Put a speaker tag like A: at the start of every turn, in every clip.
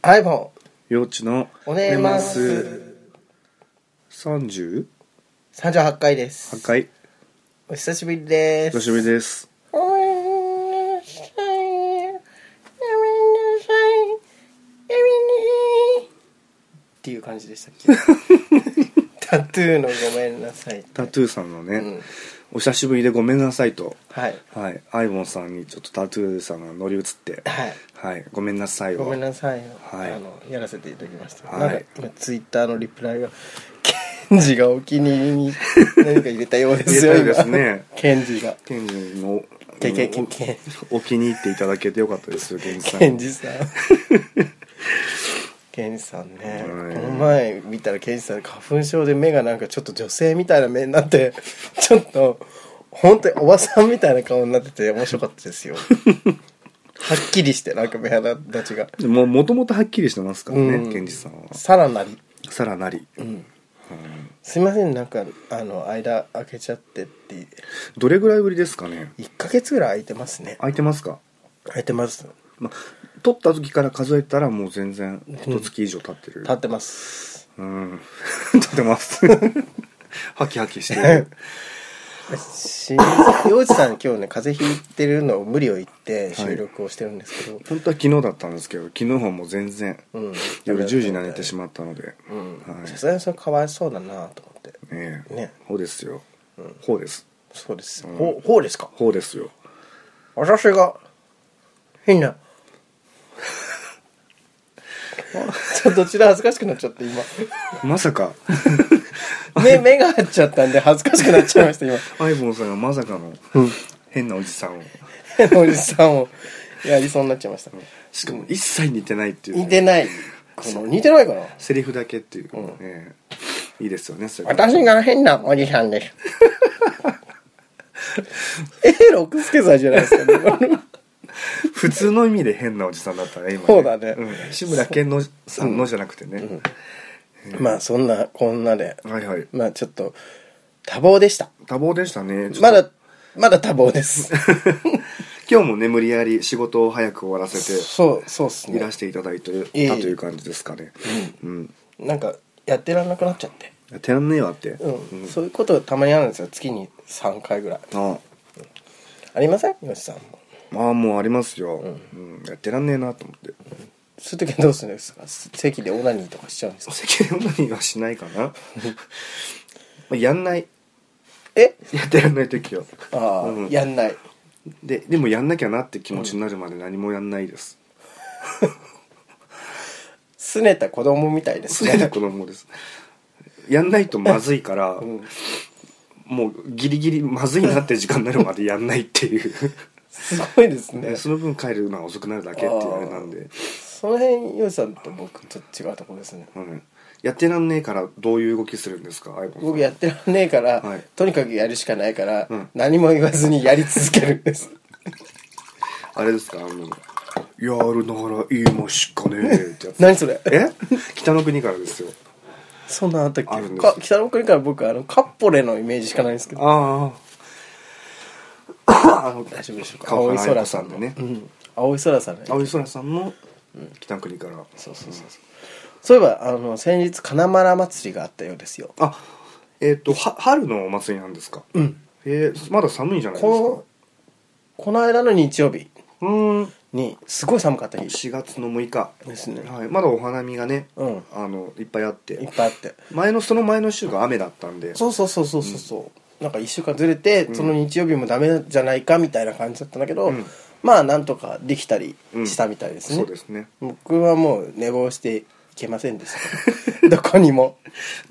A: はい、も
B: 幼稚の
A: う、おねます
B: 38
A: 38回です。
B: 回
A: お久しぶりです。
B: 久しぶりです
A: ごめんなさい。ごめんなさい。ごめんなさい。っていう感じでしたっけタトゥーのごめんなさい。
B: タトゥーさんのね、
A: うん
B: お久しぶりでごめんなさいと
A: はい。
B: はいアイボンさんにちょっとタトゥーさんが乗り移って
A: はい。
B: はいごめんなさいを
A: ごめんなさいよ、
B: はい
A: あのやらせていただきました、
B: はい
A: なんか今ツイッターのリプライがケンジがお気に入りに何か入れたようですよ
B: 入れたようですね
A: 今ケンジが
B: ケンジの
A: ケンケンケンケン
B: お気に入っていただけてよかったですケンジさん
A: ケンジ さんケンジさんね、
B: はい
A: この前見たらケンジさん花粉症で目がなんかちょっと女性みたいな目になって ちょっと本当におばさんみたいな顔になってて面白かった ですよはっきりしてなんか目鼻立ちが
B: もうもともとはっきりしてますからね、
A: うん
B: ケンジさんは
A: さらなり
B: さらなり、
A: すいませんなんかあの間開けちゃってって
B: どれぐらいぶりですかね
A: 1ヶ月ぐらい空いてますね
B: 空いてますか、
A: 空いてます
B: まあ、取った時から数えたらもう全然一月以上経ってる、
A: 立ってます
B: うん。 立て ます。ハキハキしてる。
A: し洋治さん今日ね風邪ひいてるのを無理を言って収録をしてるんですけど、
B: 本当は昨日だったんですけど、昨日はもう全然、
A: うん
B: 夜10時に寝てしまったので、
A: うん
B: はい。
A: さすがにそれかわいそうだなと思って
B: ねえ。
A: ね
B: ほうですよ。ほうです。
A: そうです、ほほうですか
B: ほうですよ。
A: 私が変なちょっとどちら恥ずかしくなっちゃって今
B: まさか、
A: 目目が合っちゃったんで恥ずかしくなっちゃいました今
B: アイボンさんがまさかの、変なおじさんを、
A: おじさんをやりそうになっちゃいました
B: しかも一切似てないっていう、
A: 似てないこの似てないかな
B: セリフだけっていう、ねえいいですよね、それ
A: 私が変なおじさんです え六輔さんじゃないですか、
B: 普通の意味で変なおじさんだったね、今ね。
A: そうだね
B: ん志村けんのさんのじゃなくてね。
A: まあそんなこんなで
B: はいはい。
A: まあちょっと多忙でした
B: 多忙でしたね。ちょっと
A: まだまだ多忙です
B: 今日もね無理やり仕事を早く終わらせて
A: そうそうっす
B: い
A: ね
B: らしていただいてたと
A: ええ
B: いう感じですかねうん
A: なんかやってらんなくなっちゃって
B: てらんねえわって
A: うん、そういうことたまにあるんですよ月に3回ぐらい
B: あ
A: ありません吉さんも
B: ああもうありますようんやってらんねえなと思って
A: そういう時はどうするんですか席でオナニーとかしちゃうんですか
B: 世間女にはしない かなまあやんない
A: え
B: やってらんない時は
A: ああ、
B: うん
A: やんない
B: ででもやんなきゃなって気持ちになるまで何もやんな いです
A: 拗ねた子供みたいです
B: それ
A: ね
B: が子供ですやんないとまずいから
A: ん
B: もうギリギリまずいなって時間になるまでやんないっていう
A: すごいですね
B: ね、その分帰るのは遅くなるだけっていうあれなんで、
A: その辺ヨシさんと僕ちょっと違うところですね
B: うん、やってらんねえからどういう動きするんですかアイボンさん
A: 僕やってらんねえから、
B: はい
A: とにかくやるしかないから、
B: うん
A: 何も言わずにやり続けるんです
B: あれですかあのやるなら言いましかねえって やつ
A: 何それ
B: え北の国からですよ
A: そんなあったっ
B: あるん
A: け
B: です
A: か北の国から僕あのカッポレのイメージしかないんですけど
B: あ ああの
A: 大丈夫でしょうか
B: 川
A: 青い
B: 原
A: 空
B: 彩
A: さ
B: さ
A: ん
B: ん
A: の
B: でね
A: うん、青い空さんね
B: 青い空さんの北の国から、
A: そうそうそうそうそういえばあの先日金丸祭りがあったようですよ
B: あえっ、とは春のお祭りなんですか
A: うん
B: えー、まだ寒いじゃないですか
A: このこの間の日曜日
B: うーん
A: にすごい寒かった日
B: 4月の6日
A: ですね
B: はい、まだお花見がね、
A: うん
B: あのいっぱいあって
A: いっぱいあって
B: 前のその前の週が雨だったんで
A: そうそうそうそうそうそう、なんか1週間ずれて、その日曜日もダメじゃないかみたいな感じだったんだけど、
B: ん
A: まあなんとかできたりしたみたいですね、
B: そうですね
A: 僕はもう寝坊していけませんでした どこにも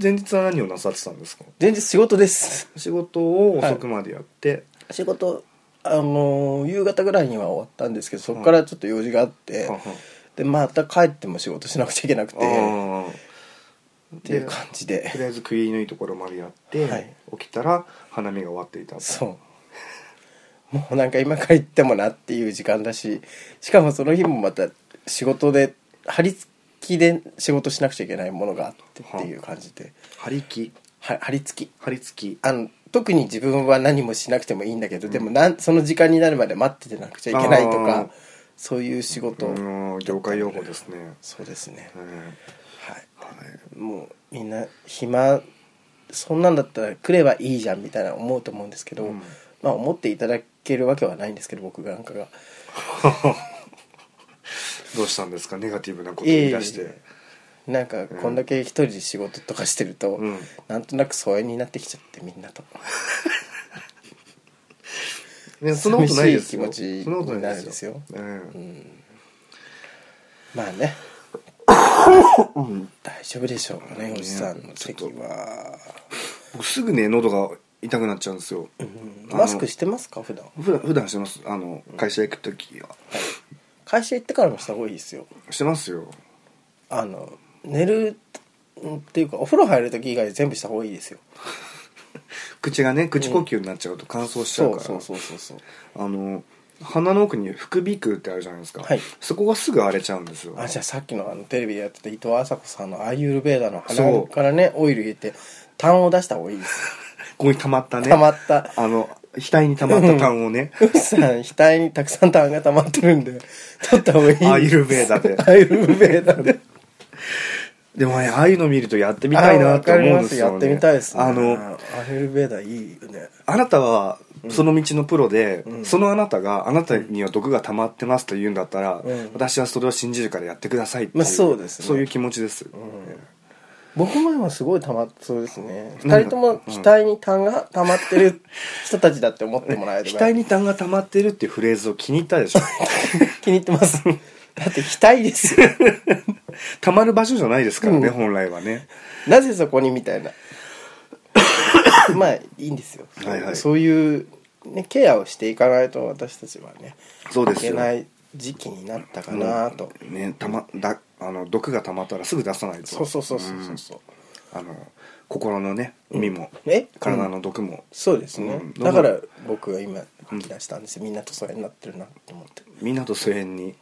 B: 前日は何をなさってたんですか
A: 前日仕事です
B: 仕事を遅くまでやって、
A: 仕事あのー夕方ぐらいには終わったんですけどそこからちょっと用事があって、
B: はは
A: でまた帰っても仕事しなくちゃいけなくてっ
B: ああ
A: ていう感じで
B: とりあえず食いのいいところまでやって、
A: はい
B: 起きたら花見が終わっていた
A: そうもうなんか今から行ってもなっていう時間だししかもその日もまた仕事で張り付きで仕事しなくちゃいけないものがあってっていう感じで
B: 張り木
A: は張り付き
B: 張り付き
A: あの特に自分は何もしなくてもいいんだけど、でもなんその時間になるまで待っててなくちゃいけないと
B: あー
A: かそういう仕事、
B: うん業界用語ですね、
A: そうですね、
B: うん
A: はい
B: はい
A: もうみんな暇そんなんだったら来ればいいじゃんみたいな思うと思うんですけど、
B: うん
A: まあ思っていただけるわけはないんですけど僕なんかが
B: どうしたんですかネガティブなことを言い出して、
A: いえいえなんかこんだけ一人で仕事とかしてると、
B: うん
A: なんとなく疎遠になってきちゃってみんなと
B: ね、そんなことないですよ
A: 寂しい気持ち
B: そんなことな
A: に
B: いうん
A: まあね大丈夫でしょうかねおじさんの席は、
B: 僕すぐね喉が痛くなっちゃうんですよ、
A: うんマスクしてますか普段
B: 普段普段してますあの会社行く時は
A: 会社行ってからもした方がいいですよ
B: してますよ
A: あの寝るんっていうかお風呂入る時以外全部した方がいいですよ
B: 口がね口呼吸になっちゃうと乾燥しちゃ
A: そう
B: うから、
A: そうそうそうそう
B: あの鼻の奥に副鼻腔ってあるじゃないですか、
A: はい
B: そこがすぐ荒れちゃうんですよ
A: あじゃあさっきのあのテレビでやってた伊藤麻子さんのアーユルベーダの鼻からねオイル入れて痰を出した方がいいです
B: ここに溜まったね
A: 溜まった
B: あの額に溜まった痰をね
A: ふっさん額にたくさん痰が溜まってるんで取った方がいい
B: アーユルベーダで
A: アーユルベーダで
B: でもねああいうの見るとやってみたいなと思うんですよ、ね、
A: あわかりますやってみたいですね
B: あ
A: ア
B: の
A: ーユルベーダいいよね
B: あなたはその道のプロで、そのあなたがあなたには毒が溜まってますと言うんだったら、
A: うん
B: 私はそれを信じるからやってくださいっていう、
A: まあそうですね
B: そういう気持ちです、
A: 僕も今すごい溜まってそうですね
B: な
A: 二
B: ん
A: 人とも額に痰が溜まってる人たちだって思ってもらえれば
B: 額に痰が溜まってるっていうフレーズを気に入ったで しょ
A: 気に入ってますだって額ですよ
B: 溜まる場所じゃないですからね、
A: うん
B: 本来はね
A: なぜそこにみたい なまあいいんですよ、
B: はいはい
A: そういう、ね、ケアをしていかないと私たちはね
B: そうです
A: いけ
B: よ
A: ない時期になったかなと、
B: ねたまだあの毒が溜まったらすぐ出さないと
A: そうそうそうそうそうそう
B: あの心のね海も、
A: え
B: 体の毒も、
A: そうですね、
B: うん
A: だから僕が今吐き出したんです、みんなと疎遠になってるなと思って
B: みんなと疎遠に、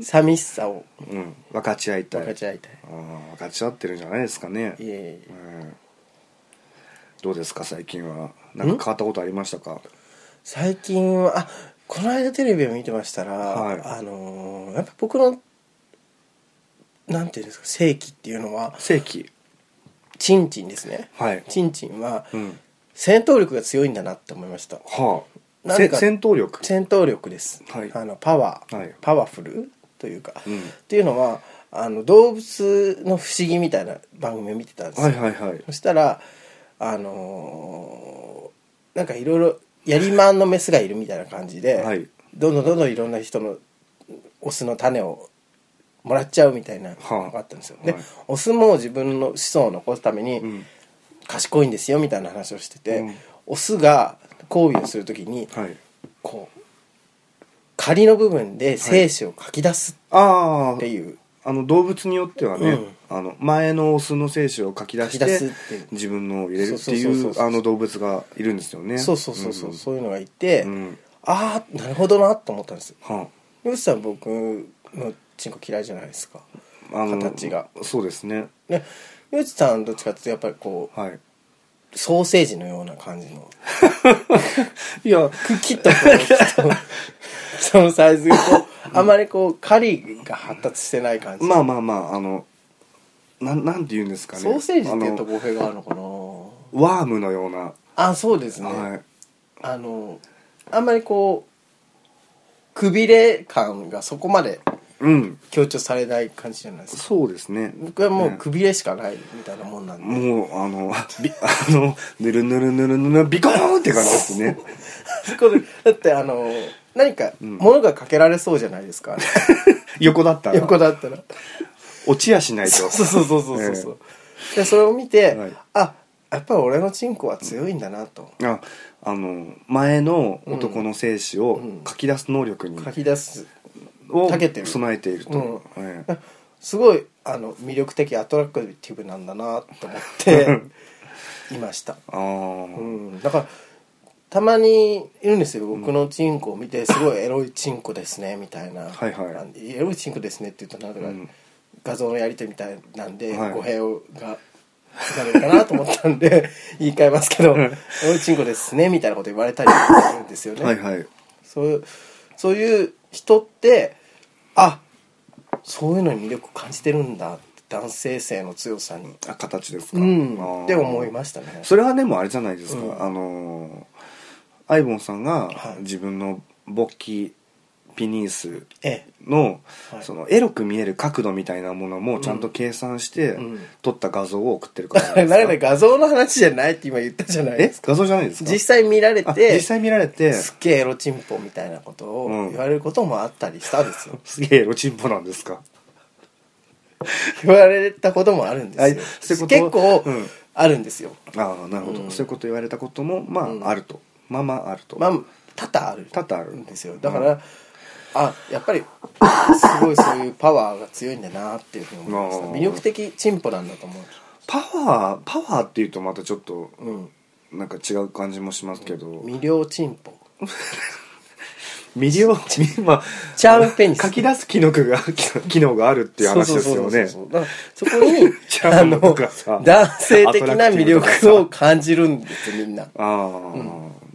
A: 寂しさを
B: うん、分かち合いたい
A: 分かち合いたい、
B: あー分かち合ってるんじゃないですかね
A: い、えいえいえ
B: うんどうですか最近はなんか変わったことありましたか
A: 最近はあこの間テレビを見てましたら、
B: はい
A: あのーやっぱ僕のなんていうんですか正規っていうのは
B: 正規
A: チンチンですね
B: はい、
A: チンチンは
B: うん、
A: 戦闘力が強いんだなって思いました
B: はあ
A: なん
B: せ
A: か
B: 戦闘力
A: 戦闘力です、
B: はい
A: あのパワー、
B: はい
A: パワフルというか、
B: うん
A: っていうのはあの動物の不思議みたいな番組を見てたんですよ、
B: はいはいはい
A: そしたらあのーなんかいろいろやりまんのメスがいるみたいな感じで、
B: はい
A: どんどんどんどんいろんな人のオスの種をもらっちゃうみたいなのがあったんですよ、
B: はあ
A: で、
B: はい
A: オスも自分の子孫を残すために、
B: ん
A: 賢いんですよみたいな話をしてて、
B: うん
A: オスが交尾をするときに、
B: はい
A: こう仮の部分で精子を書き出す
B: ああ
A: っていう、
B: あの動物によってはね、
A: うん
B: あの前のオスの精子を書き出して
A: 書き出すっていう
B: 自分のを入れるって
A: そう
B: い
A: そうそう
B: う
A: そう
B: あの動物がいるんですよね
A: そうそうそうそう、
B: ん
A: そういうのがいて、
B: うん
A: ああなるほどなと思ったんですよ
B: は
A: ヨシさん僕のチンコ嫌いじゃないですか
B: あ、あの
A: 形が
B: そうですね
A: ねヨシさんどっちかっていうとやっぱりこう
B: はい
A: ソーセージのような感じの
B: いや
A: クキッとこうそのサイズがこうあまりこう狩りが発達してない感じ、
B: まあまあまああのなんなんて言うんですかね
A: ソーセージって言うと
B: あの
A: 語弊があるのかな
B: ワームのような、
A: あそうですね、
B: はい
A: あのあんまりこうくびれ感がそこまで
B: うん
A: 強調されない感じじゃないですか
B: そうですね
A: 僕はもう
B: ね
A: くびれしかないみたいなもんなんで、
B: もうあのび あのぬるぬるぬるぬるビコーンって感じですね
A: そ こでだってあの何か物がかけられそうじゃないです か、
B: 横だったら
A: 横だったら
B: 落ちやしないと
A: そうそうそうそうそうそう、でそれを見て、
B: はい
A: あやっぱり俺のチンコは強いんだなと
B: ああの前の男の精子を書き出す能力に、
A: 書き出す、
B: を
A: かけてる
B: 備えていると、
A: うん
B: ええ
A: あすごいあの魅力的アトラクティブなんだなと思 っていました
B: あー
A: うん、だからたまにいるんですよ僕のチンコを見てすごいエロいチンコですねみたいな、
B: はいはい
A: あのエロいチンコですねって言うとなんか、
B: ん
A: 画像のやり手みたいなんで、
B: はい
A: 語弊をがなるかなと思ったん で言い換えますけど、エロいチンコですねみたいなこと言われたりするんですよね、
B: はいはい
A: そういうそういう人ってあそういうのに魅力感じてるんだって男性性の強さに
B: あ形ですか、
A: うんって思い
B: す
A: ましたね
B: それはでもあれじゃないですか、
A: うん
B: あのーアイボンさんが
A: はい
B: 自分の勃起ピニース
A: え
B: の,、
A: はい
B: そのエロく見える角度みたいなものもちゃんと計算して、
A: うん
B: 撮った画像を送ってるから
A: え なんか
B: か
A: 画像の話じゃないって今言ったじゃないで
B: え
A: すか
B: 画像じゃないですか
A: 実際見られ
B: あ
A: て
B: 実際見られて
A: すっげえエロチンポみたいなことを
B: うん
A: 言われることもあったりしたんですよ
B: すげえエロチンポなんですか
A: 言われたこともあるんで
B: あ
A: す
B: そういう
A: よ
B: こと
A: 結構
B: うん
A: あるんですよ
B: ああなるほど、
A: うん
B: そういうこと言われたこともまあ、
A: うん
B: あるとまあまああると、
A: まあ多々ある
B: 多々ある
A: んですよだから、あやっぱりすごいそういうパワーが強いんだなっていうふうに思いました
B: あー
A: 魅力的チンポなんだと思
B: パワーパワーっていうとまたちょっと
A: う、うん、
B: なんか違う感じもしますけど、
A: 魅了チンポ
B: 魅 了、まあ、
A: チャームペニス
B: 書き出す機能が、 機能があるっていう話ですよね。
A: そうそうそうそうだからそこ に
B: チャ
A: あ
B: ームとかさ
A: の男性的な魅力を感じるんですみんな
B: ああ、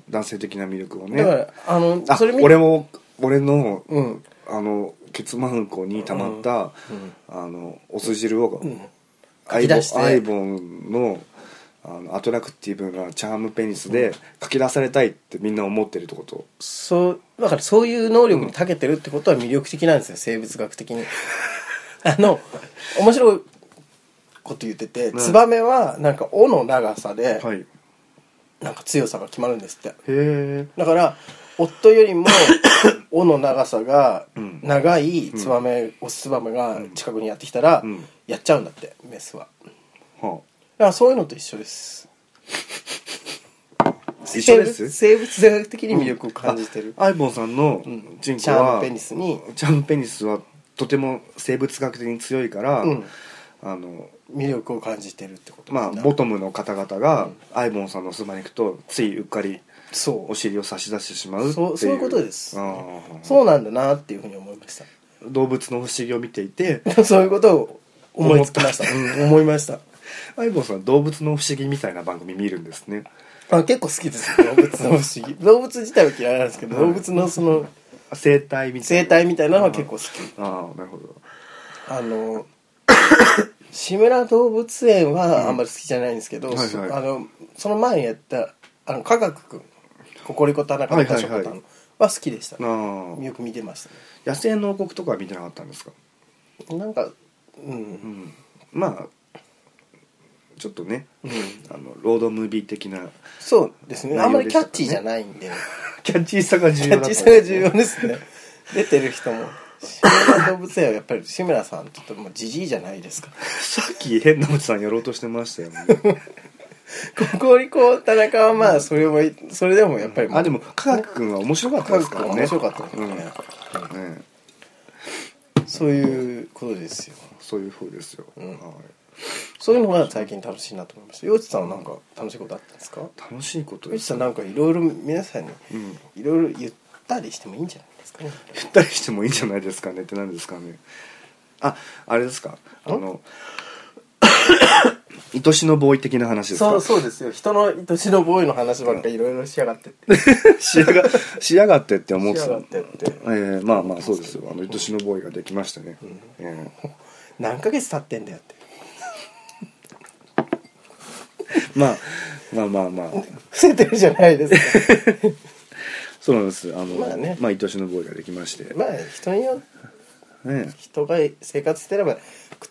B: 男性的な魅力をね。
A: だからあの
B: あ
A: それ見
B: 俺も、俺の、
A: うん
B: あの、ケツマウンコに溜まった、あの、お酢汁を、アイ
A: き
B: ボ
A: 出して
B: ンアイボンの、あのアトラクティブなチャームペニスで書き出されたいってみんな思ってるってこと、
A: そうだからそういう能力に長けてるってことは魅力的なんですよ生物学的 にあの面白いこと言ってて、
B: ん
A: ツバメはなんか尾の長さで、
B: はいへ
A: なんか強さが決まるんですって
B: え
A: だから夫より も尾の長さが長いツバメ、オスツバメが近くにやってきたら、
B: うん
A: やっちゃうんだってメスはだ
B: は
A: からそういうのと一緒です
B: あ一緒です
A: 生物生物学的に魅力を感じてる、
B: アイボンさんの
A: うんチ
B: 人口
A: ャー
B: は、
A: ムペニスに
B: チャームペニスはとても生物学的に強いから、
A: うん
B: あの
A: 魅力を感じてるってこと
B: まあ
A: な
B: ボトムの方々が、アイボンさんのそばに行くとついうっかり
A: そ
B: お尻を差し出してしまうっていう
A: そうそういうことです
B: あー
A: そうなんだなっていうふうに思いまし
B: 動物の不思議を見ていて
A: た そういうことを思いつきましたうん思いました
B: アイボンさん動物の不思議みたいな番組見るんですね
A: あ結構好きです動物の不思議動物自体は嫌いなんですけど動物のその
B: 生態みたいな
A: 生態みたいなのは結構好き
B: ああなるほど
A: あの 志村動物園はあんまり好きじゃないんですけど、
B: はいはい
A: そあのその前にやったあの科学くんココリコ田中の田所
B: はい
A: さ
B: はいは
A: んは好きでした、
B: あー
A: よく見てましたね
B: 野生の王国とかは見てなかったんですか
A: なんかうん、
B: うんまあちょっとね、
A: うん
B: あのロードムービー的な
A: そうですねあんまりキャッチーじゃ
B: 内
A: ないんで
B: キャッチーさが重
A: キ
B: 要だ
A: ャッ
B: った
A: チー
B: んです
A: さ
B: ね
A: が重要ですね出てる人も志村動物園はやっぱり志村さんとってもうジジイじゃないですか
B: さっき変なおじさんやろうとしてましたよ ね
A: ココリコ田中はまあそれもそれでもやっぱり
B: あでも科学君は面白かった
A: 科
B: です
A: 学
B: から
A: が
B: ね
A: 面白かったですね、
B: うんね
A: そういうことですよ
B: そういう風ですよ、
A: ん
B: はい
A: そういうのが最近楽しいなと思いました。洋一さんはなんか楽しいことあったんですか
B: 楽しいこと
A: 洋
B: で
A: 一
B: す
A: さん
B: ね
A: なんかいろいろ皆さんに
B: うん
A: いろいろ言ったりしてもいいんじゃないですかね。
B: 言ったりしてもいいんじゃないですかねって何ですかねああれですかあの 愛しのボーイ的な話ですか
A: そうですよ。人の愛しのボーイの話ばっかりいろいろしやがってって。
B: しやがしやがってって思ってた
A: しやがってって
B: えーまあまあそうですよあの愛しのボーイができましたね、えー
A: 何ヶ月経ってんだよって。
B: まあまあまあまあ
A: 伏せてるじゃない ですか。
B: そうなんですあの、ま
A: ま
B: あ
A: あね
B: 愛しのボーイができまして、
A: まあ人によって
B: ね、
A: 人が生活してればくっ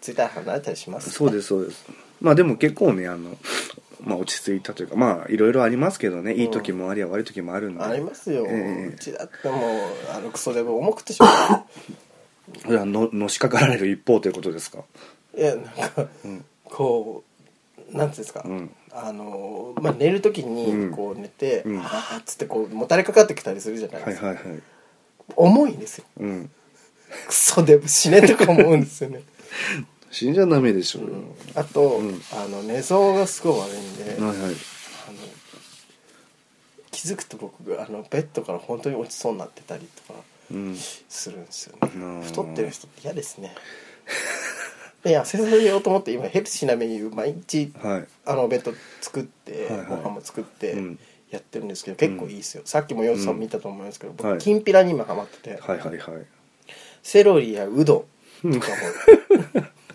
A: ついたら離れたりします。
B: そうですそうですまあでも結構ねあの、まあ、落ち着いたというかまあいろいろありますけどねいい時もありゃ悪い時もあるんで、
A: ありますよ。
B: ええ
A: うちだってもうあのクソデブ重くってしま
B: それはののしかかられる一方ということですか
A: う。いやなんかこうなんていうんですか。
B: うん
A: あのまあ、寝る時
B: うん
A: にこう寝て、
B: うん
A: あーっつってこうもたれかかってきたりするじゃない
B: は
A: で
B: い
A: す
B: は
A: か、
B: いはい
A: 重いんですよ
B: うん
A: クソデブ死ねとか思うんですよね
B: 死んじゃダメでしょうよ、
A: あと、
B: うん
A: あの寝相がすごい悪いんで、あの
B: はいはい
A: 気づくと僕があのベッドから本当に落ちそうになってたりとか
B: うん
A: するんですよ
B: うん
A: ね太ってる人って嫌ですねいや痩せさせようと思って今ヘルシーなメニュー毎日
B: はい
A: あのベッド作って、
B: はいはい
A: ご飯も作って、
B: うん
A: やってるんですけど結構いいですよ、さっきもヨウさん見たと思いますけど、
B: は
A: 僕
B: い
A: きんぴらに今ハマってて、
B: はいはいはい
A: セロリやうど んとかも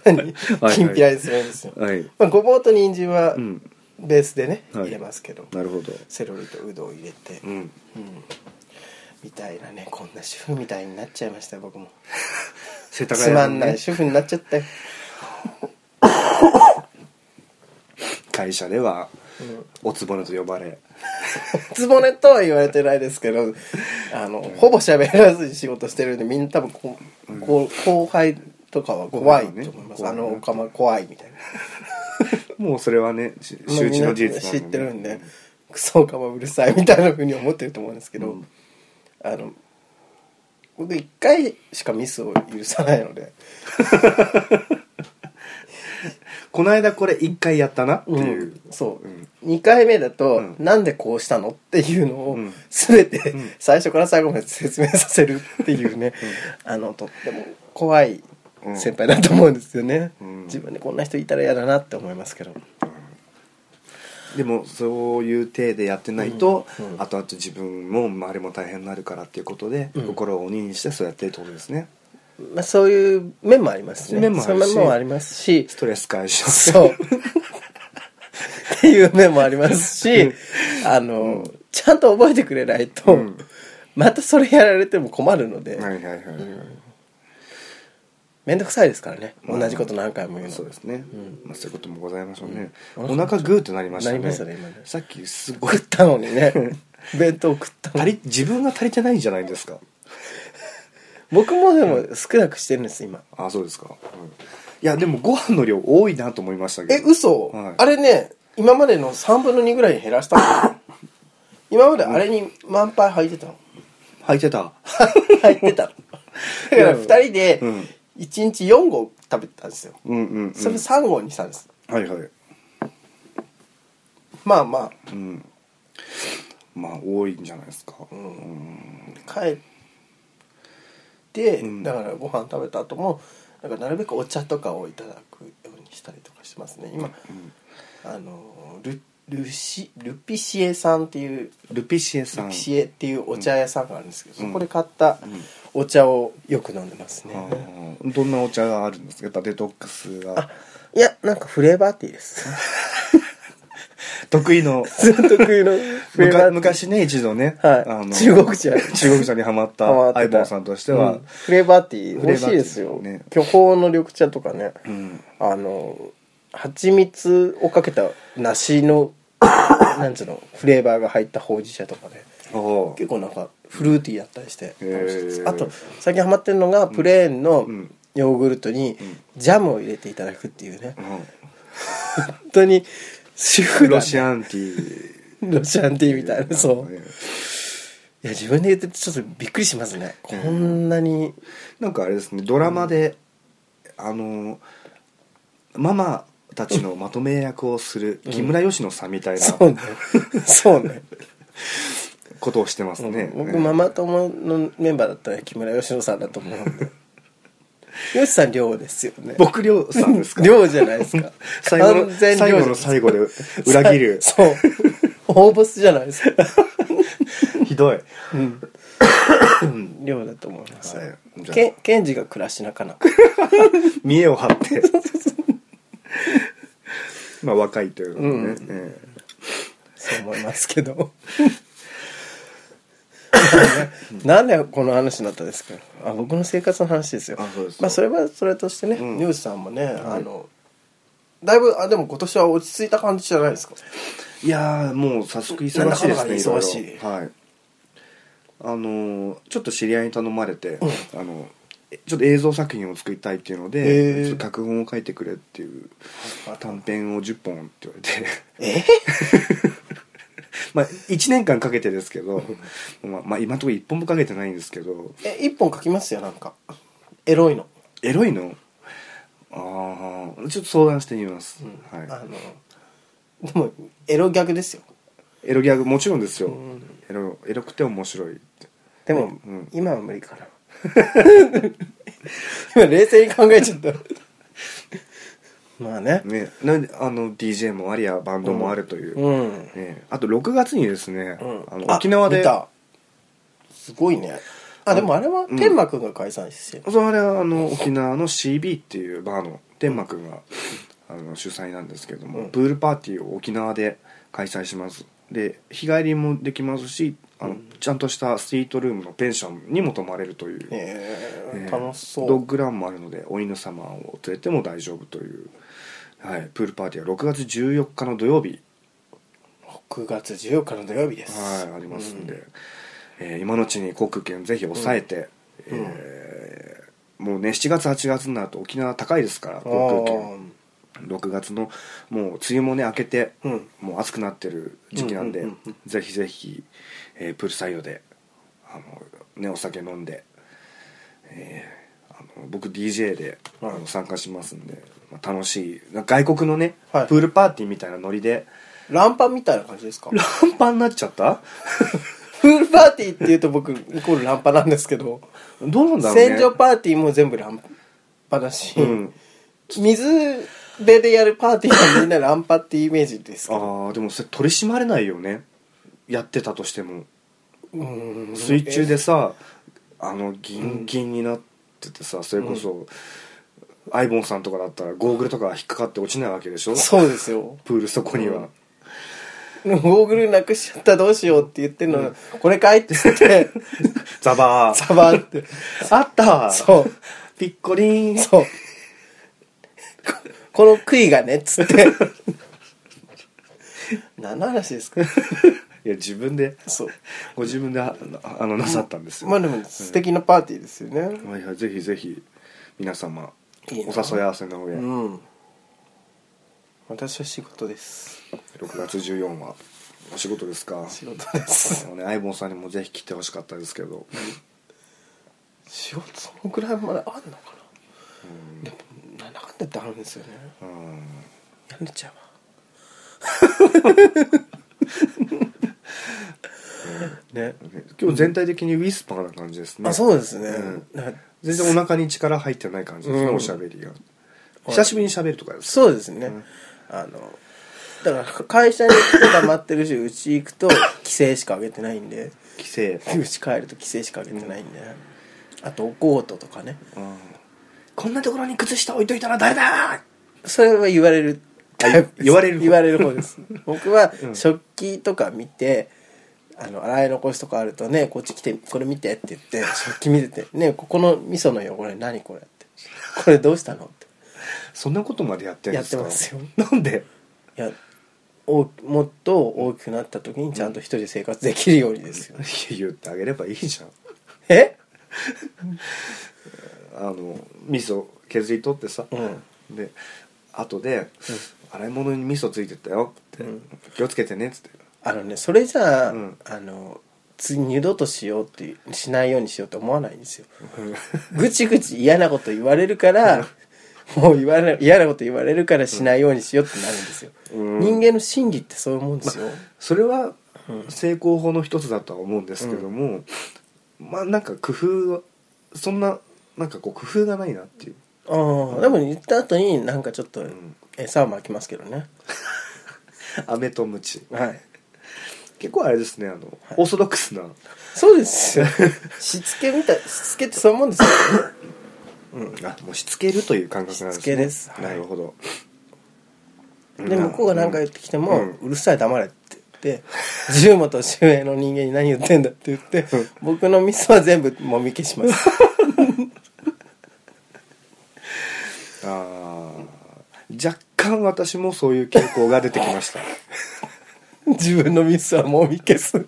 A: 何
B: はい
A: きんぴらにするんですよ、
B: はい
A: まあ、ごぼうと人参は
B: うん
A: ベースでね、
B: はい
A: 入れますけど、
B: なるほど
A: セロリとうどんを入れて、
B: うん
A: みたいなねこんな主婦みたいになっちゃいましたよ僕も
B: 世田
A: つ
B: 谷
A: ま
B: の
A: んない
B: ね
A: 主婦になっちゃったよ、
B: 会社では
A: うん
B: おつぼねと呼ばれ
A: つぼねとは言われてないですけどあのほぼ喋らずに仕事してるんでみんな多分こうこう後輩とかは怖いと思います、
B: 怖
A: あ
B: いね
A: のおかま怖いみたいな
B: もうそれはねし周知の事実
A: 知っ
B: な
A: てるんで
B: ね
A: クソおかまうるさいみたいなふうに思ってると思うんですけど、
B: うん
A: あの僕1回しかミスを許さないので
B: この間これ一回やったなっていう、
A: んそう、
B: ん
A: 2回目だと、
B: ん
A: なんでこうしたのっていうのを
B: うん
A: 全て、最初から最後まで説明させるっていうね、あのとっても怖い先輩だと思うんですよね、
B: うん
A: 自分でこんな人いたら嫌だなって思いますけど、
B: でもそういう体でやってないと、
A: うんうん
B: 後々自分も周りも大変になるからっていうことで、
A: うん
B: 心を鬼にしてそうやってるってことですね
A: まあ、そういう面もありますね
B: 面もある
A: そ
B: し
A: ういう面もあります し
B: ストレス解消
A: そう。っていう面もありますし、あの、ちゃんと覚えてくれないと、
B: うん
A: またそれやられても困るので、
B: はいはいはい、
A: めんどくさいですからね。
B: まあ
A: 同じこと何回も言うの。
B: そうですね、
A: うん
B: まあ、そういうこともございましょうね、
A: うん
B: お腹グーってなりました
A: な
B: ね
A: りましたね今ね
B: さっきすごい
A: 食ったのに ね。弁当食ったの
B: 足
A: に。
B: り自分が足りてないんじゃないですか
A: 僕もでも少なくしてるんです、今。
B: あそうですか、うんいやでもご飯の量多いなと思いましたけ
A: え、
B: ど
A: 嘘、
B: はい
A: あれね、今までの3分の2ぐらいに減らした の。今まであれに満杯入ってたの。
B: 履いてた
A: 入ってたの。だから2人で
B: うん
A: 1日4合食べてたんですよ。
B: うんうん、うん、
A: それ3合にしたんです。
B: はいはい
A: まあまあ
B: うんまあ多いんじゃないですか、
A: ん
B: うん
A: 帰って、
B: うん
A: だからご飯食べた後もなんかなるべくお茶とかをいただくようにしたりとかしてますね今、あのルルシルピシエさんっていう
B: ルピシエさ
A: ル
B: ん
A: ピシエっていうお茶屋さんがあるんですけど、
B: うん
A: そこで買ったお茶をよく飲んでますね、
B: あーどんなお茶があるんですかやっぱデトックスが
A: いやなんかフレーバーティーです
B: 得意の
A: ずっと食いのフレーバ
B: むか
A: ーティー
B: 昔ね一度ね、
A: はい中国茶
B: 中国茶にハマった
A: ハマってた
B: 相棒さんとしては
A: うん、フレーバーティー
B: フ
A: 美味
B: レー
A: しい
B: バーティー
A: ですよ、
B: ね
A: 巨峰の緑茶とかね、
B: うん
A: あの蜂蜜をかけた梨の なんつうのフレーバーが入ったほうじ茶とかね
B: おー
A: 結構なんかフルーティーだったりして
B: へー
A: 楽しいですあと最近ハマってるのがプレーンの
B: ん
A: ヨーグルトにジャムを入れていただくっていうね
B: う
A: 本当に主婦
B: ん
A: だ
B: ロ
A: ね
B: シアンティー
A: ロシアンティーみたいなそう
B: ね
A: いや自分で言ってちょっとびっくりしますねこんなに
B: なんかあれですねドラマで、あのママたちのまとめ役をする木村佳乃さんみたい
A: そう ね
B: な
A: そうね
B: ことをしてますね、
A: 僕ママ友のメンバーだったら木村佳乃さんだと思うん で吉さん寮ですよね
B: 僕りょうさんですか
A: 寮じゃないですか
B: 最後の
A: 完全
B: 最
A: 寮
B: 後
A: じゃ
B: の
A: ない
B: 最後で 裏切る
A: さそう大ボスじゃないですか
B: ひどい
A: うん寮だと思います、
B: はいじゃあ
A: けケンジが暮らしなかな
B: 見栄を張ってまあ若いということでね、
A: うん
B: ええ
A: そう思いますけど なんでこの話になったんですかあ僕の生活の話ですよ
B: あそうです
A: まあ、それはそれとしてね、
B: うん
A: ニュースさんもね、あのだいぶあでも今年は落ち着いた感じじゃないですか
B: いやーもう早速忙しいですね
A: なんだかんだで
B: いろ
A: 忙
B: いろ
A: しい
B: はいあのーちょっと知り合いに頼まれて、あのえちょっと映像作品を作りたいっていうの
A: へー
B: でちょっと脚本を書いてくれっていう短編を10本って言われて
A: え
B: まあ1年間かけてですけど、まあ、まあ今のところ1本もかけてないんですけど
A: え一本書きますよなんかエロいの,、
B: エロいのああちょっと相談してみます、
A: あ
B: は
A: のでもエロ逆ですよ
B: いエロギャグもちろんですよ、
A: ん
B: エロエロくて面白いって
A: でも、
B: うん
A: 今は無理かな 今冷静に考えちゃった まあね
B: ね、なんであの DJ もありやバンドもあるという、
A: うん、
B: ね、あと6月にですね、
A: うん、
B: あの沖縄で
A: 見たすごいねあでもあれは
B: うん
A: 天馬くんが解散してる、
B: そうあれはあの沖縄の CB っていうバーの天馬くんがあの主催なんですけども、
A: うん
B: プールパーティーを沖縄で開催しますで日帰りもできますしあの、ちゃんとしたスイートルームのペンションにも泊まれるという、
A: えー
B: ね
A: 楽しそ
B: ドッ
A: う
B: グランもあるのでお犬様を連れても大丈夫という、はい、プールパーティーは6月14日の土曜日、
A: 6月14日の土曜日です
B: はい、ありますんで、
A: うん
B: えー今のうちに航空券ぜひ抑えて、
A: うん
B: えーもうね7月8月になると沖縄高いですから航空券6月のもう梅雨もね明けて、
A: うん
B: もう暑くなってる時期なんで、
A: うんうんうんうん
B: ぜひぜひ、えープールサイドであの、ね、お酒飲んで、えーあの僕 DJ で、
A: はい
B: あの参加しますんで、まあ楽しいなんか外国のね、
A: はい
B: プールパーティーみたいなノリで
A: ランパンみたいな感じですか
B: ランパンになっちゃった
A: プールパーティーっていうと僕 イコールランパなんですけど、
B: どうなんだろうね
A: 戦場パーティーも全部ランパだし、
B: うん
A: 水辺でやるパーティーはみんなランパっていうイメージですけど
B: ああでもそれ取り締まれないよねやってたとしても
A: うん
B: 水中でさあのギンギンになっててさそれこそアイボンさんとかだったらゴーグルとか引っかかって落ちないわけでしょ
A: そうですよ
B: プールそこには
A: ゴーグルなくしちゃったどうしようって言ってんの、これかいって言 って
B: ザバー
A: サバーって
B: あった
A: そう
B: ピッコリン
A: そうここの杭がねっつって 何の話ですか
B: いや自分で
A: そう
B: ご自分でああのなさったんですよ
A: まあでも素敵なパーティーですよね、
B: はいはいぜひぜひ皆様お
A: いいな
B: 誘い合わせの上6
A: うん私は仕事です
B: 月14日はお仕事ですか
A: 仕事です
B: あのね、アイボンさんにもぜひ来てほしかったですけど、
A: 仕事そのぐらいまであんのかなでもなんだかんだってあるんですよね
B: うん、
A: やめちゃうわね
B: 今日全体的にウィスパーな感じですね、
A: あそうですね、
B: うん
A: なんか
B: 全然お腹に力入ってない感じですね、
A: うん
B: おしゃべりが久しぶりにしゃべるとかです
A: そうですね、あのだから会社に行くと黙ってるしうち行くと帰省しかあげてないんで
B: 規制
A: うち帰ると帰省しかあげてないんで、あとおコートとかね
B: こんなところに靴下置いといたら誰だ
A: それは言われる
B: あ言 言われる方
A: 言われる方 です僕は食器とか見て、あの洗い残しとかあるとねこっち来てこれ見てって言って食器見てて「ねここの味噌の汚れ何これ」って「これどうしたの?」って
B: そんなことまでやってるんですか
A: やってますよ
B: なんで
A: いやおもっと大きくなった時にちゃんと一人で生活できるようにですよ、
B: いや言ってあげればいいじゃん
A: え
B: あの味噌削り取ってさ、
A: うん
B: で後で、洗い物に味噌ついてったよ」って、気をつけてね」っつって
A: あのねそれじゃあ,、
B: うん
A: あの次二度としようってしないようにしようと思わないんですよぐちぐち嫌なこと言われるからもう言わな嫌なこと言われるからしないようにしようってなるんですよ、
B: うん
A: 人間の心理ってそういうもんですよ、
B: それは成功法の一つだとは思うんですけども、まあなんか工夫はそんななんかこう工夫がないなっていう
A: ああでも言った後になんかちょっと
B: ん
A: 餌をまきますけどね、
B: 飴とムチ
A: はい
B: 結構あれですねあの、オーソドックスな
A: そうですよ しつけみたいしつけってそういうもんですよ
B: あもうしつけるという感覚なんです
A: しつ
B: ね
A: けですはい
B: なるほど
A: で向こうが何か言ってきても「う
B: うん
A: るさい黙れ」って言って10も年上の人間に何言ってんだって言って僕のミスは全部もみ消します
B: あー若干私もそういう傾向が出てき ました
A: 自分のミスはもみ消す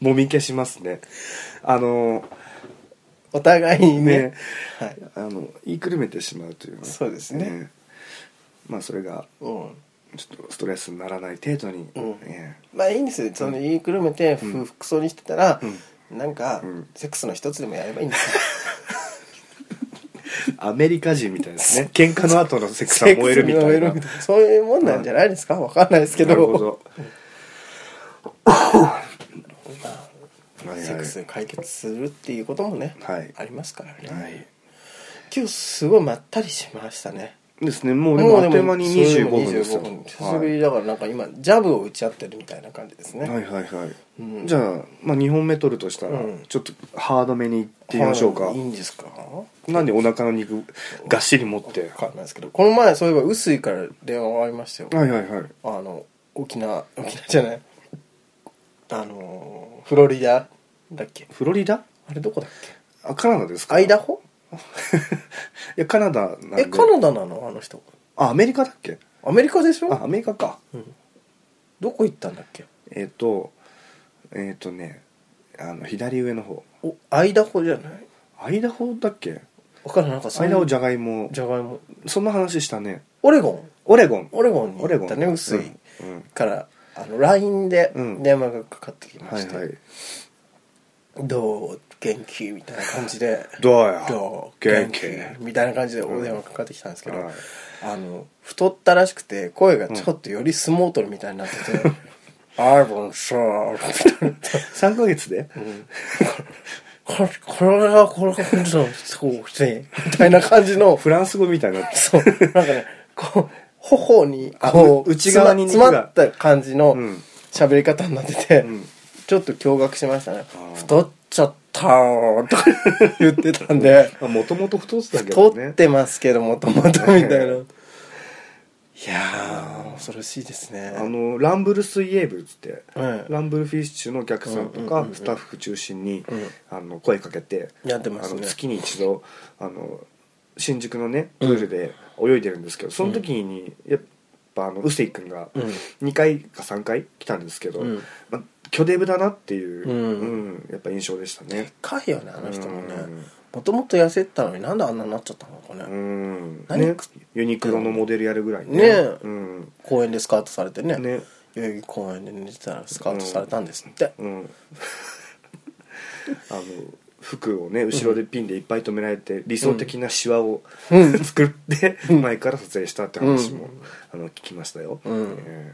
B: もみ消しますねあの
A: お互いにね
B: ね
A: はい、
B: あの言いくるめてしまうというね
A: そうですね
B: まあそれが
A: うん、
B: ちょっとストレスにならない程度に、
A: うん
B: ええ
A: まあいいんですよその言いくるめてふ服装にしてたら、なんか、
B: ん
A: セックスの一つでもやればいいんです よ
B: アメリカ人みたいですね喧嘩の後のセックスは燃えるみた
A: セ
B: い
A: ッ
B: な
A: クスに燃えるみたいなそういうもんなんじゃないですかわかんないですけど
B: なるほどはい
A: セックスで解決するっていうこともね、
B: はい
A: ありますからね、
B: はい
A: 今日すごいまったりしましたね
B: ですねもうでもあっという間に
A: そういう
B: 25
A: の
B: 分ですよ
A: 25分久しぶりだからなんか今ジャブを打ち合ってるみたいな感じですね、
B: はいはいはい、
A: うん
B: じゃあ,、まあ2本目取るとしたら、
A: うん
B: ちょっとハードめにいってみましょうか、
A: はいいいんですか
B: なんでお腹の肉がっしり持って
A: わかんないですけどこの前そういえば臼井から電話がありましたよ、
B: はいはいはい
A: あの沖縄沖縄じゃないあのフロリダだっけ
B: フロリダ
A: あれどこだっけ
B: あカナダですか
A: アイ ダホ
B: いやカナダなんで
A: えカナダなのあの人
B: あアメリカだっけ
A: アメリカでし
B: あ
A: ょ
B: アメリカか
A: どこ行ったんだっけ
B: えっ、とえっ、とねあの左上の方
A: おアイダホじゃない
B: アイダホだっけ
A: わかんないなんか
B: アイダホじ
A: ゃ
B: ゃがいも
A: じゃがいも
B: そんな話したね
A: オレゴン
B: オレゴン
A: オレゴンに
B: オレ
A: 行
B: ゴ
A: っ
B: ン
A: たね臼井、
B: うんうん
A: からあの LINE で
B: うん
A: 電話がかかってきま
B: は
A: し
B: い
A: て、
B: はい
A: どう元気みたいな感じで
B: どうや
A: どう
B: 元
A: 元
B: 気
A: 気みたいな感じでお電話かかってきたんですけど、
B: はい
A: あの太ったらしくて声がちょっとより相撲取りみたいになってて「アイボンショー」
B: 3ヶ月で、
A: ここれがこれが本当にそうしてみたいな感じの
B: フランス語みたいになって
A: そうなんかねこう頬に
B: あ
A: こう
B: う内側に肉
A: 詰
B: が
A: ま詰まった感じの
B: うん
A: 喋り方になってて、
B: ん
A: ちょっと驚愕しましたね
B: あー
A: 太っちゃったーとか言ってたんで
B: もともと太ってたけ
A: 太
B: どね
A: ってますけどもともとみたいない やー恐ろしいですね
B: あのランブル水泳部っつって、
A: うん
B: ランブルフィッシュのお客さんとかスタッフ中心に、あの声かけて
A: やってますね
B: あの月に一度あの新宿のねプールで泳いでるんですけどその時にやっぱあの臼井君が
A: うん
B: 2回か3回来たんですけど、
A: うん
B: まあ、巨デブだなっていう、
A: うん
B: うんやっぱ印象でしたね。
A: かいよねあの人もね
B: うん
A: もともと痩せてたのになんであんなになっちゃったのかね、
B: うん
A: 何
B: ね
A: 食ってん、
B: ユニクロのモデルやるぐらいね
A: ねえ
B: うん
A: 公園でスカウトされてね
B: ね
A: 代々木公園で寝てたらスカウトされたんですって、
B: うん、 あの服をね後ろでピンでいっぱい留められて理想的なシワを、 作って前から撮影したって話も、あの聞きましたよ、
A: うん
B: え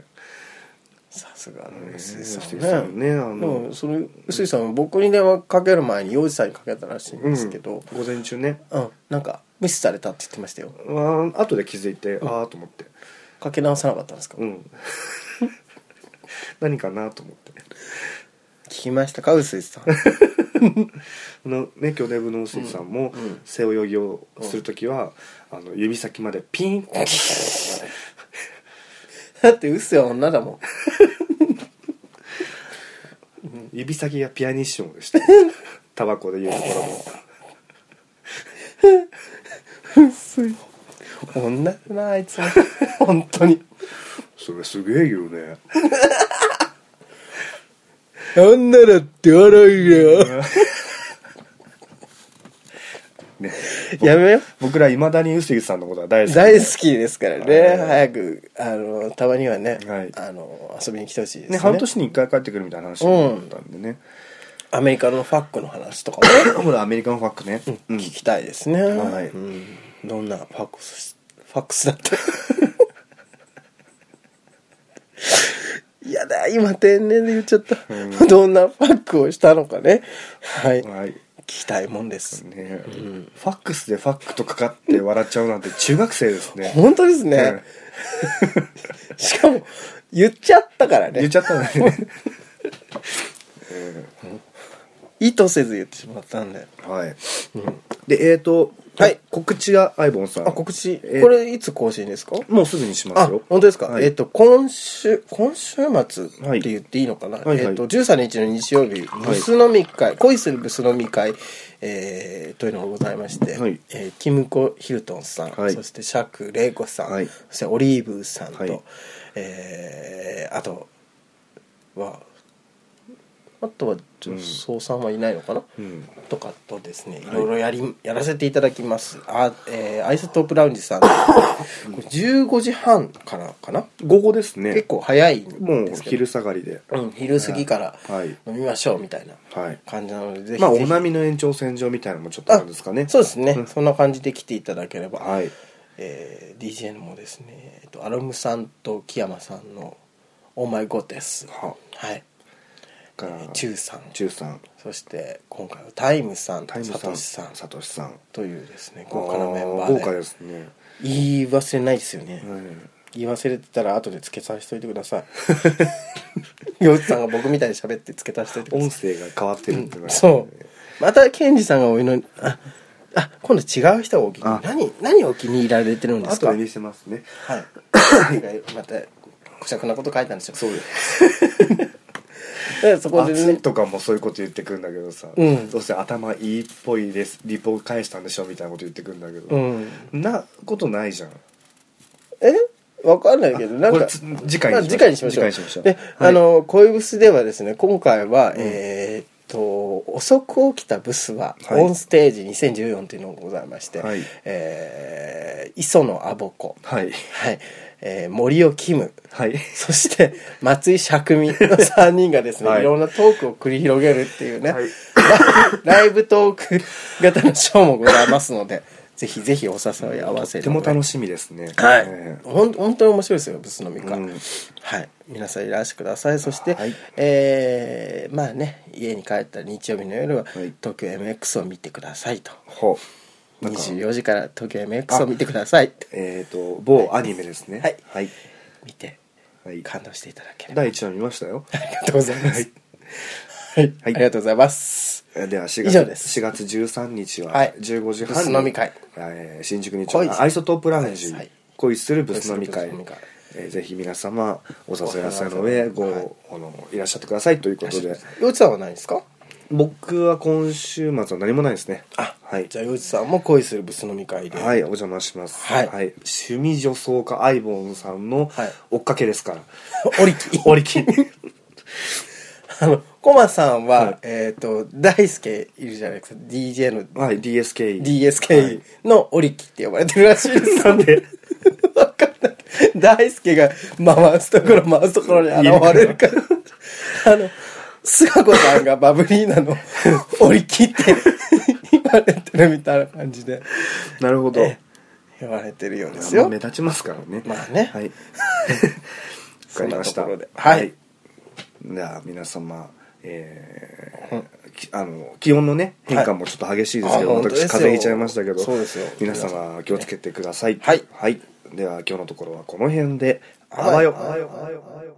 A: さすがの
B: え
A: 臼井
B: 臼井
A: さ
B: さ
A: ん
B: ん
A: ね
B: ねあ
A: で
B: の
A: も、それ臼井さんは僕に電話かける前に洋治さんにかけたらしいん
B: うん
A: ですけど、
B: 午前中ね
A: うんなんか無視されたって言ってましたよ
B: あ後で気づいて、ああと思って
A: かけ直さなかったんですか、
B: うん 何かなと思って
A: 聞きましたか臼井さん
B: あのね巨大部の臼井さんも
A: うん
B: 背泳ぎをする時は、あの指先までピンって
A: だって臼井は女だもん
B: 指先がピアニッシモ でしたタバコで言うところも
A: 女だなあいつも 本当に
B: それすげえ言うね
A: 女だって笑いよ
B: ね
A: やめよう
B: 僕らいまだに臼井さんのことは大好き
A: 大好きですからね、
B: はい
A: 早くあのたまにはね、
B: はい
A: あの遊びに来てほしいですね
B: ね半年に1回帰ってくるみたいな話もあったんでね、
A: アメリカのファックの話とか
B: ほらアメリカンファックね、う
A: も
B: ん
A: 聞きたいですね、
B: はい
A: うんどんなファックスファックスだった いやだ今天然で言っちゃった、 どんなファックをしたのかねはい、
B: はいね
A: 聞きたいもんです、
B: ファックスでファックとかかって笑っちゃうなんて中学生ですね
A: 本当ですね、しかも言っちゃったから
B: 言っ
A: ね
B: ちゃっ たね、え
A: 意図せず言ってしまったんで
B: ーはい、でえっ、ー、と、
A: はい
B: 告知がアイボンさん
A: あ告知
B: えー
A: これいつ更新ですか
B: もうすぐにしま
A: あ
B: すよ
A: 本当ですか、
B: はい
A: えっ、と今週今週末
B: は
A: っ
B: い
A: て言っていいのかな、
B: はいはい
A: えっ、と13日の日曜日、
B: い
A: ブス飲み会恋するブス飲み会、えーというのがございまして、
B: はい
A: えーキムコ・ヒルトンさん、
B: はい
A: そしてシャク・レイコさん、
B: はい
A: そしてオリーブさんと、
B: はい
A: えーあとはあとは女装さんはいないのかな、
B: うん
A: とかとですねいろいろやり、やらせていただきますあ、えーアイソトープラウンジさんこれ15時半からかな
B: 午後ですね
A: 結構早いんですけど
B: もう昼下がりで
A: うん、昼過ぎから
B: はい
A: 飲みましょうみたいな
B: はい
A: 感じなので、ぜひ
B: まあお
A: ぜひ
B: 波の延長線上みたいなのもちょっとあるんですかね
A: あそうですね、そんな感じで来ていただければ、
B: はい
A: えー、DJ もですね、えっと、アロムさんと木山さんの「オーマイゴッテス」
B: は
A: はい、
B: か
A: え
B: ら
A: ー、チュウさん
B: 中さん
A: そして今回はタイムさん
B: タイ
A: と
B: ム
A: サ
B: さ
A: ト
B: ん
A: シさん
B: サトシさん
A: というですね豪華なメンバー
B: あ
A: で
B: 豪華ですね
A: 言い忘れないですよね、
B: うん
A: 言い忘れてたら後で付け足しといてくだ さい洋一さんが僕みたいに喋って付け足しといてくだ
B: 音
A: さ
B: 声が変わってるって
A: いそうまた健二さんがお祈りああ今度違う人がお気に入
B: あ
A: り何何をお気に入られてるんです
B: あ
A: か
B: と
A: は
B: で
A: い
B: 見せますね
A: またこしゃくなこと書いたんですよ
B: そうです
A: だからそこで
B: 熱い
A: ね
B: とかもそういうこと言ってくんだけどさ、
A: うん
B: どうせ頭いいっぽいですリポ返したんでしょみたいなこと言ってくんだけど、
A: うん
B: なことないじゃん
A: えわかんないけどなん
B: これ
A: か
B: つ次回
A: ま
B: にしましょう
A: あ次回にしましょ
B: 次回
A: う
B: にしましょう
A: で、
B: はい
A: あの恋ブスではですね今回は、えーっと遅く起きたブスは、
B: はい
A: オンステージ2014というのがございまして、
B: はい
A: えー磯野あぼこ、
B: はい
A: はいえー森尾キム
B: はい
A: そして松井釈美の3人がですね、
B: はい
A: い、ろんなトークを繰り広げるっていうね、
B: はい
A: ライブトーク型のショーもございますのでぜひぜひお誘い合わせ
B: と
A: の
B: ても楽しみですね
A: はい、
B: ええ
A: ほん本当に面白いですよブス飲み会、
B: うん
A: はい皆さんいらしてくださいそして、
B: はい
A: えーまあね家に帰ったら日曜日の夜は、
B: はい
A: 東京 MX を見てくださいと
B: ほうなんか
A: 24時から東京 MX を見てくださいって
B: えっ、と某アニメですね
A: はい
B: はい、
A: 見て
B: はい
A: 感動していただければ
B: 第1話見ましたよ
A: ありがとうございますはい、
B: はい
A: ありがとうございます
B: えーでは4
A: 以
B: 月
A: 上です
B: 4月13日は
A: はい
B: 15時
A: ブ
B: 半
A: ス
B: に
A: 飲み会
B: えー新宿に
A: 恋する
B: アイソトープラウンジ
A: はい
B: 恋するブス飲み
A: ブ
B: 会
A: ス飲み会
B: えーぜひ皆様お誘いなさいの上ご、
A: はい
B: あのいらっしゃってくださいということで
A: ようちさんはないですか
B: 僕は今週末は何もないですね
A: あ
B: はい
A: じゃあようちさんも恋するブス飲み会で
B: はいお邪魔します
A: はい
B: 趣味女装家アイボンさんの
A: はい
B: 追っかけですから
A: オリキ
B: 折 り切り
A: あの、コマさんは、
B: はい
A: えっ、と、大輔いるじゃないですか。DJ の
B: はい DSK
A: DSK のオリキって呼ばれてるらしいです。
B: なんで
A: わかんない。大輔が回すところ回すところに現れるから。あの、菅子さんがバブリーナ のオリキって言われてるみたいな感じで
B: なるほど
A: え言われてるようですよ。
B: まあ目立ちますからね
A: まあね
B: はいわかりました
A: そんなところではい
B: じゃあ皆様えーきあの気温のね変化もちょっと激しいですけど、
A: あ本当です
B: 私
A: よ
B: 風邪ひいちゃいましたけど
A: そうですよ
B: 皆様気をつけてください
A: はい
B: では今日のところはこの辺であ
A: わよ
B: あわよあわよあわよ